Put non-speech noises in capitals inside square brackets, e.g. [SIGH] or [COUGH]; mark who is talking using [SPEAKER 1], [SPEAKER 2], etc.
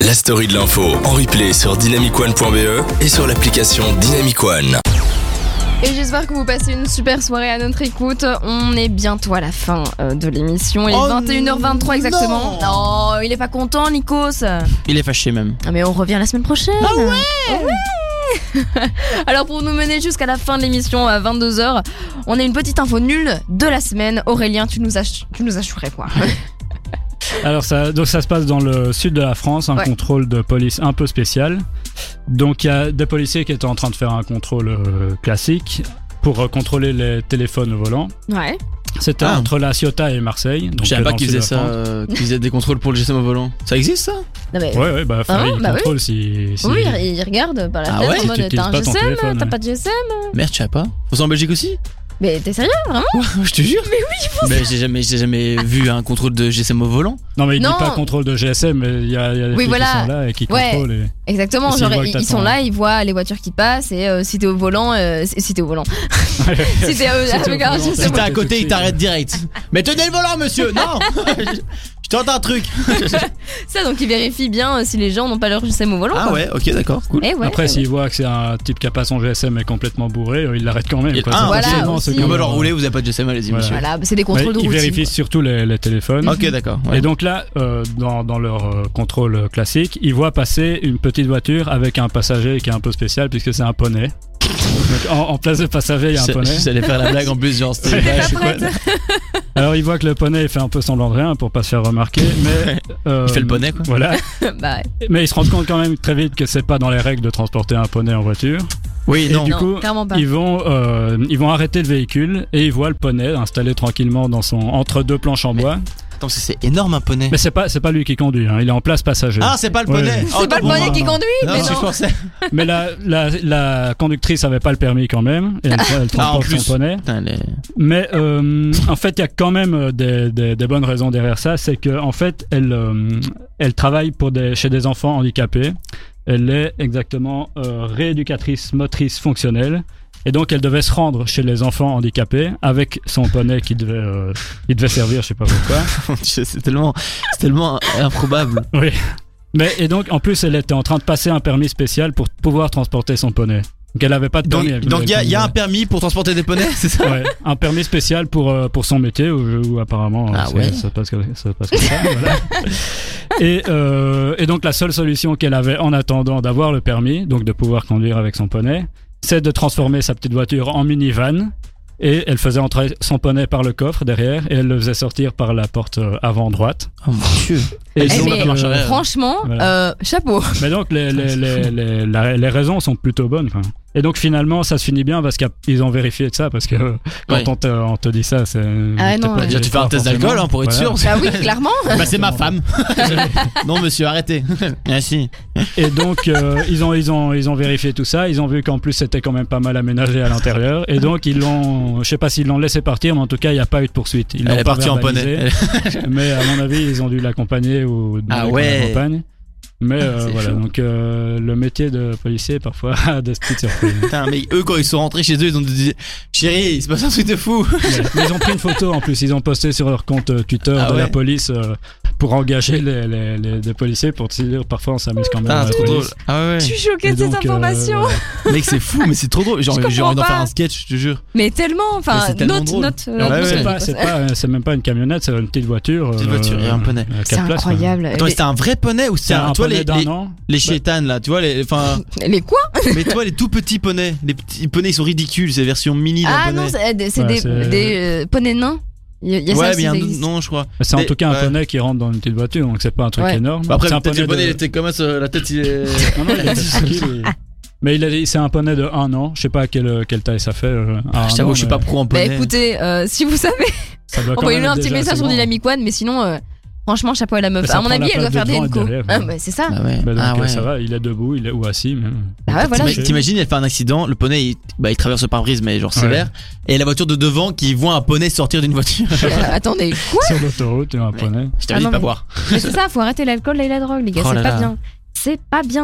[SPEAKER 1] la story de l'info en replay sur dynamicone.be E et sur l'application Dynamicone.
[SPEAKER 2] Et j'espère que vous passez une super soirée à notre écoute. On est bientôt à la fin euh, de l'émission. Il est
[SPEAKER 3] Oh
[SPEAKER 2] 21h23 exactement. Non, il est pas content, Nikos.
[SPEAKER 3] Il est fâché même.
[SPEAKER 2] Ah, mais on revient la semaine prochaine. Ah ouais, [LAUGHS] Alors pour nous mener jusqu'à la fin de l'émission à 22h, on a une petite info nulle de la semaine. Aurélien, tu nous as, tu nous as chouré, quoi.
[SPEAKER 4] Alors ça, donc ça se passe dans le sud de la France, un
[SPEAKER 2] Ouais.
[SPEAKER 4] contrôle de police un peu spécial. Donc il y a des policiers qui étaient en train de faire un contrôle euh, classique pour euh, contrôler les téléphones au volant.
[SPEAKER 2] [LAUGHS] Ouais.
[SPEAKER 4] C'était
[SPEAKER 3] Ah.
[SPEAKER 4] entre la Ciotat et Marseille. Donc
[SPEAKER 3] Je savais
[SPEAKER 4] euh,
[SPEAKER 3] pas
[SPEAKER 4] dans le
[SPEAKER 3] qu'ils
[SPEAKER 4] sud de
[SPEAKER 3] faisaient
[SPEAKER 4] la
[SPEAKER 3] ça,
[SPEAKER 4] France.
[SPEAKER 3] euh, qu'ils faisaient des contrôles pour le GSM au volant. Ça existe ça
[SPEAKER 2] Non, mais,
[SPEAKER 4] Ouais ouais bah, enfin,
[SPEAKER 2] Ah,
[SPEAKER 4] ils
[SPEAKER 2] bah oui.
[SPEAKER 4] contrôlent si, si-
[SPEAKER 2] Oui, il il regarde par la
[SPEAKER 3] Ah
[SPEAKER 2] fenêtre
[SPEAKER 3] ouais,
[SPEAKER 2] en
[SPEAKER 4] si
[SPEAKER 2] mode
[SPEAKER 4] t'utilises
[SPEAKER 2] t'as un
[SPEAKER 4] pas ton
[SPEAKER 2] GSM,
[SPEAKER 4] téléphone,
[SPEAKER 2] t'as
[SPEAKER 4] ouais.
[SPEAKER 2] pas de GSM.
[SPEAKER 3] Merde, je savais pas. Faut ça en Belgique aussi
[SPEAKER 2] Mais t'es sérieux, vraiment
[SPEAKER 4] Hein
[SPEAKER 3] Je te jure. Mais oui, Mais j'ai jamais, j'ai jamais vu un contrôle de GSM au volant.
[SPEAKER 4] Non mais il
[SPEAKER 2] Non.
[SPEAKER 4] dit pas contrôle de GSM, mais il y a, il y a des
[SPEAKER 2] Oui,
[SPEAKER 4] flics
[SPEAKER 2] voilà.
[SPEAKER 4] qui sont là et qui
[SPEAKER 2] Ouais.
[SPEAKER 4] contrôlent. et-
[SPEAKER 2] Exactement,
[SPEAKER 4] Et s'ils
[SPEAKER 2] genre
[SPEAKER 4] voient que
[SPEAKER 2] ils,
[SPEAKER 4] t'attends,
[SPEAKER 2] ils sont là, ils voient les voitures qui passent et euh, si t'es au volant, euh, si si t'es au
[SPEAKER 4] [LAUGHS]
[SPEAKER 2] volant. [LAUGHS] si t'es euh,
[SPEAKER 4] Si t'es au
[SPEAKER 2] avec un
[SPEAKER 4] volant,
[SPEAKER 2] GSM,
[SPEAKER 4] c'est
[SPEAKER 3] Si t'es à
[SPEAKER 4] bon, tout de
[SPEAKER 3] côté, il
[SPEAKER 4] suite.
[SPEAKER 3] t'arrête direct. Mais tenez le volant, monsieur
[SPEAKER 4] [LAUGHS]
[SPEAKER 3] Non Je tente un truc.
[SPEAKER 2] Ça, donc ils vérifient bien euh, si les gens n'ont pas leur GSM au volant.
[SPEAKER 3] Ah
[SPEAKER 2] quoi.
[SPEAKER 3] ouais, ok, d'accord, cool.
[SPEAKER 2] Eh ouais.
[SPEAKER 4] Après, s'il voit que c'est un type qui a pas son GSM et complètement bourré, euh, il l'arrête quand même.
[SPEAKER 3] Il-
[SPEAKER 4] Quoi.
[SPEAKER 3] Ah,
[SPEAKER 4] C'est
[SPEAKER 2] voilà,
[SPEAKER 4] forcément
[SPEAKER 2] aussi.
[SPEAKER 4] ceux qui
[SPEAKER 3] On
[SPEAKER 2] Comme,
[SPEAKER 3] va
[SPEAKER 4] ont-
[SPEAKER 3] leur rouler, vous avez pas de GSM, allez-y,
[SPEAKER 4] Ouais.
[SPEAKER 3] monsieur.
[SPEAKER 2] Voilà, c'est des contrôles
[SPEAKER 4] Ouais,
[SPEAKER 2] de
[SPEAKER 4] ils
[SPEAKER 2] routine.
[SPEAKER 4] vérifient surtout les, les téléphones.
[SPEAKER 3] Ok, d'accord. ouais.
[SPEAKER 4] Et donc là, euh, dans, dans leur euh, contrôle classique, ils voient passer une petite voiture avec un passager qui est un peu spécial puisque c'est un poney. Donc, en, en place de passager, il y a un
[SPEAKER 3] Je-
[SPEAKER 4] poney.
[SPEAKER 3] je- J'allais faire la blague en plus, genre,
[SPEAKER 4] [LAUGHS]
[SPEAKER 3] c'était
[SPEAKER 2] T'es
[SPEAKER 3] ouais,
[SPEAKER 2] pas
[SPEAKER 3] je suis quoi,
[SPEAKER 2] prête [LAUGHS]
[SPEAKER 4] Alors ils voient que le poney fait un peu semblant de rien pour pas se faire remarquer, [LAUGHS] mais euh,
[SPEAKER 3] Il fait le poney, quoi.
[SPEAKER 4] Voilà.
[SPEAKER 2] Bah ouais.
[SPEAKER 4] Mais ils se rendent compte quand même très vite que c'est pas dans les règles de transporter un poney en voiture.
[SPEAKER 3] Oui,
[SPEAKER 4] Et
[SPEAKER 3] non.
[SPEAKER 4] du
[SPEAKER 2] non,
[SPEAKER 4] coup,
[SPEAKER 2] clairement pas.
[SPEAKER 4] Ils vont, euh, ils vont arrêter le véhicule et ils voient le poney installé tranquillement dans son entre deux planches en
[SPEAKER 3] Mais-
[SPEAKER 4] bois.
[SPEAKER 3] Attends, c'est- c'est énorme un poney.
[SPEAKER 4] Mais c'est pas c'est pas lui qui conduit, hein, il est en place passager.
[SPEAKER 3] Ah, c'est pas le poney.
[SPEAKER 4] Ouais.
[SPEAKER 3] Oh,
[SPEAKER 2] C'est pas le
[SPEAKER 3] bon,
[SPEAKER 2] poney
[SPEAKER 3] bah,
[SPEAKER 2] qui
[SPEAKER 4] non.
[SPEAKER 2] conduit,
[SPEAKER 3] Non,
[SPEAKER 2] mais
[SPEAKER 3] je
[SPEAKER 2] non.
[SPEAKER 3] pensais.
[SPEAKER 4] Mais la, la, la conductrice avait pas le permis quand même,
[SPEAKER 3] [LAUGHS]
[SPEAKER 4] et elle, elle
[SPEAKER 3] Ah, en
[SPEAKER 4] transporte
[SPEAKER 3] plus.
[SPEAKER 4] son poney.
[SPEAKER 3] Putain, les-
[SPEAKER 4] Mais euh, en fait, il y a quand même euh, des, des, des bonnes raisons derrière ça. C'est que en fait, elle, euh, elle travaille pour des, chez des enfants handicapés. Elle est exactement euh, rééducatrice motrice fonctionnelle. Et donc, elle devait se rendre chez les enfants handicapés avec son poney qui devait, euh, il devait servir, je sais pas pourquoi.
[SPEAKER 3] Mon [LAUGHS] Dieu, c'est tellement, c'est tellement improbable. [LAUGHS]
[SPEAKER 4] Mais et donc, en plus, elle était en train de passer un permis spécial pour pouvoir transporter son poney. Donc, elle avait pas de
[SPEAKER 3] Donc,
[SPEAKER 4] permis. elle
[SPEAKER 3] donc il y, a-
[SPEAKER 4] voulait-
[SPEAKER 3] il y a un permis pour transporter des poneys, c'est ça
[SPEAKER 4] Ouais, un permis spécial pour, euh, pour son métier, où, où apparemment euh,
[SPEAKER 3] Ah
[SPEAKER 4] c'est-
[SPEAKER 3] ouais.
[SPEAKER 4] ça, passe comme, ça passe comme ça. [LAUGHS] voilà. et, euh, et donc la seule solution qu'elle avait en attendant d'avoir le permis, donc de pouvoir conduire avec son poney, c'est de transformer sa petite voiture en minivan. Et elle faisait entrer son poney par le coffre derrière et elle le faisait sortir par la porte euh, avant droite.
[SPEAKER 3] Oh mon dieu.
[SPEAKER 4] Et
[SPEAKER 2] Eh,
[SPEAKER 4] donc,
[SPEAKER 2] mais-
[SPEAKER 4] euh,
[SPEAKER 3] marche arrière.
[SPEAKER 2] Franchement,
[SPEAKER 4] Voilà.
[SPEAKER 2] euh,
[SPEAKER 4] [LAUGHS]
[SPEAKER 2] chapeau.
[SPEAKER 4] mais donc les, les,
[SPEAKER 3] c'est
[SPEAKER 4] les, les- la- les raisons sont plutôt bonnes. quoi. Et donc finalement ça se finit bien parce qu'ils ont vérifié de ça
[SPEAKER 3] [LAUGHS]
[SPEAKER 4] parce que euh, quand
[SPEAKER 3] Ouais.
[SPEAKER 4] on, te, on te dit ça c'est...
[SPEAKER 2] Ah
[SPEAKER 4] t'es
[SPEAKER 2] non,
[SPEAKER 4] pas
[SPEAKER 2] ouais.
[SPEAKER 3] Déjà, tu fais un
[SPEAKER 4] pas
[SPEAKER 3] test d'alcool hein, pour être
[SPEAKER 4] Voilà.
[SPEAKER 3] sûr.
[SPEAKER 2] Bah oui, clairement.
[SPEAKER 3] Bah, c'est ma [LAUGHS] femme. non, monsieur, arrêtez. Ah, si.
[SPEAKER 4] Et
[SPEAKER 3] [LAUGHS]
[SPEAKER 4] donc, euh, ils, ont, ils, ont, ils ont vérifié tout ça. Ils ont vu qu'en plus, c'était quand même pas mal aménagé à l'intérieur. Et donc, ils l'ont. Je sais pas s'ils l'ont laissé partir, mais en tout cas, il n'y a pas eu de poursuite. Ils l'ont
[SPEAKER 3] Elle est
[SPEAKER 4] pas
[SPEAKER 3] partie en
[SPEAKER 4] verbalisé,
[SPEAKER 3] [LAUGHS] poney.
[SPEAKER 4] Mais à mon avis, ils ont dû l'accompagner ou demander
[SPEAKER 3] Ah
[SPEAKER 4] qu'on
[SPEAKER 3] ouais.
[SPEAKER 4] l'accompagne.
[SPEAKER 3] [LAUGHS]
[SPEAKER 4] Mais euh,
[SPEAKER 3] C'est
[SPEAKER 4] voilà,
[SPEAKER 3] chaud.
[SPEAKER 4] donc euh, le métier de policier, parfois, [LAUGHS] a des petites surprises.
[SPEAKER 3] Putain, mais eux, quand ils sont rentrés chez eux, ils ont dit Chérie, il se passe un truc de fou.
[SPEAKER 4] Ouais. Mais ils ont pris une photo en plus, ils ont posté sur leur compte euh, Twitter
[SPEAKER 3] Ah
[SPEAKER 4] de la
[SPEAKER 3] ouais.
[SPEAKER 4] police euh, pour engager les, les, les- des policiers pour se dire parfois on s'amuse quand même.
[SPEAKER 3] Putain,
[SPEAKER 4] à la
[SPEAKER 3] c'est trop
[SPEAKER 4] police.
[SPEAKER 3] drôle. Ah ouais,
[SPEAKER 2] Je
[SPEAKER 3] ouais.
[SPEAKER 2] suis choquée
[SPEAKER 4] Et
[SPEAKER 2] de cette
[SPEAKER 4] donc, euh,
[SPEAKER 2] information.
[SPEAKER 4] voilà.
[SPEAKER 3] Mec, c'est fou, mais c'est trop drôle. Genre,
[SPEAKER 2] Je
[SPEAKER 3] j'ai envie d'en
[SPEAKER 2] comprends
[SPEAKER 3] faire
[SPEAKER 2] pas. Euh,
[SPEAKER 3] un sketch, je te jure.
[SPEAKER 2] Mais tellement, enfin,
[SPEAKER 3] Mais c'est tellement
[SPEAKER 2] note,
[SPEAKER 3] drôle.
[SPEAKER 2] note.
[SPEAKER 4] Et en
[SPEAKER 2] euh,
[SPEAKER 3] Ouais, ouais.
[SPEAKER 4] plus, c'est pas- c'est pas, euh, c'est même pas une camionnette, c'est une petite voiture. euh,
[SPEAKER 3] Petite voiture et un poney.
[SPEAKER 4] à quatre
[SPEAKER 2] C'est
[SPEAKER 4] places, quoi.
[SPEAKER 2] incroyable.
[SPEAKER 3] Attends, mais c'était un vrai poney Bah- ou
[SPEAKER 4] C'est
[SPEAKER 3] c'était
[SPEAKER 4] un,
[SPEAKER 3] un. Toi,
[SPEAKER 4] poney
[SPEAKER 3] les,
[SPEAKER 4] d'un
[SPEAKER 3] les,
[SPEAKER 4] an.
[SPEAKER 3] les chétanes, là, tu vois, les. [LAUGHS] Enfin.
[SPEAKER 2] Les, les quoi
[SPEAKER 3] Mais toi, les tout petits poneys, les petits poneys, ils sont ridicules, c'est version mini d'un
[SPEAKER 2] Ah
[SPEAKER 3] poney.
[SPEAKER 2] non, c'est euh, c'est
[SPEAKER 4] Ouais,
[SPEAKER 2] des,
[SPEAKER 4] c'est-
[SPEAKER 2] des euh, poneys nains. Il y a- il y a ça
[SPEAKER 3] ouais,
[SPEAKER 2] aussi,
[SPEAKER 3] mais il y a
[SPEAKER 2] ça
[SPEAKER 3] un autre
[SPEAKER 2] existe.
[SPEAKER 3] nom, je crois. Bah,
[SPEAKER 4] C'est en
[SPEAKER 3] Mais-
[SPEAKER 4] tout cas un
[SPEAKER 3] ouais.
[SPEAKER 4] poney qui rentre dans une petite voiture, donc c'est pas un truc
[SPEAKER 2] Ouais.
[SPEAKER 4] énorme.
[SPEAKER 3] Bah après,
[SPEAKER 4] c'est un
[SPEAKER 3] peut-être le poney,
[SPEAKER 4] de-
[SPEAKER 3] il était comme ça, la tête, il est.
[SPEAKER 4] Non, non, il était tranquille, il- Mais il a- c'est un poney de 1 an. Je sais pas quelle, quelle taille ça fait. euh, un
[SPEAKER 3] Ah, Je t'avoue,
[SPEAKER 4] an,
[SPEAKER 3] je suis
[SPEAKER 4] mais
[SPEAKER 3] pas pro en
[SPEAKER 2] Bah
[SPEAKER 3] poney.
[SPEAKER 2] écoutez, euh, si vous savez,
[SPEAKER 4] ça doit quand
[SPEAKER 2] envoyez-lui
[SPEAKER 4] même
[SPEAKER 2] un
[SPEAKER 4] être
[SPEAKER 2] petit
[SPEAKER 4] déjà
[SPEAKER 2] message
[SPEAKER 4] assez
[SPEAKER 2] sur
[SPEAKER 4] grand.
[SPEAKER 2] Dynamic One, mais sinon, euh, franchement, chapeau à la meuf.
[SPEAKER 4] Mais ça
[SPEAKER 2] À mon
[SPEAKER 4] prend la
[SPEAKER 2] avis, elle doit
[SPEAKER 4] place
[SPEAKER 2] faire
[SPEAKER 4] de
[SPEAKER 2] des
[SPEAKER 4] devant et de
[SPEAKER 2] headcos.
[SPEAKER 4] derrière,
[SPEAKER 2] Ah,
[SPEAKER 4] ouais.
[SPEAKER 2] bah, c'est ça.
[SPEAKER 3] Ah ouais.
[SPEAKER 4] Bah, donc,
[SPEAKER 3] ah
[SPEAKER 4] euh,
[SPEAKER 3] ouais.
[SPEAKER 4] ça va, il est debout, il est ou assis même.
[SPEAKER 2] Bah ouais, voilà.
[SPEAKER 3] T'imagines- T'imagines, elle fait un accident, le poney, il, bah, il traverse le pare-brise, mais genre
[SPEAKER 4] Ouais.
[SPEAKER 3] sévère, et la voiture de devant qui voit un poney sortir d'une voiture. [LAUGHS]
[SPEAKER 2] Euh, Attendez, quoi
[SPEAKER 4] Sur l'autoroute, il y a un poney.
[SPEAKER 3] Je
[SPEAKER 2] Ah
[SPEAKER 3] t'avais dit
[SPEAKER 2] non,
[SPEAKER 3] de pas
[SPEAKER 2] mais-
[SPEAKER 3] boire.
[SPEAKER 2] Mais c'est ça, faut arrêter l'alcool et la drogue, les gars,
[SPEAKER 3] Oh
[SPEAKER 2] c'est
[SPEAKER 3] là
[SPEAKER 2] pas
[SPEAKER 3] là.
[SPEAKER 2] bien. C'est pas bien.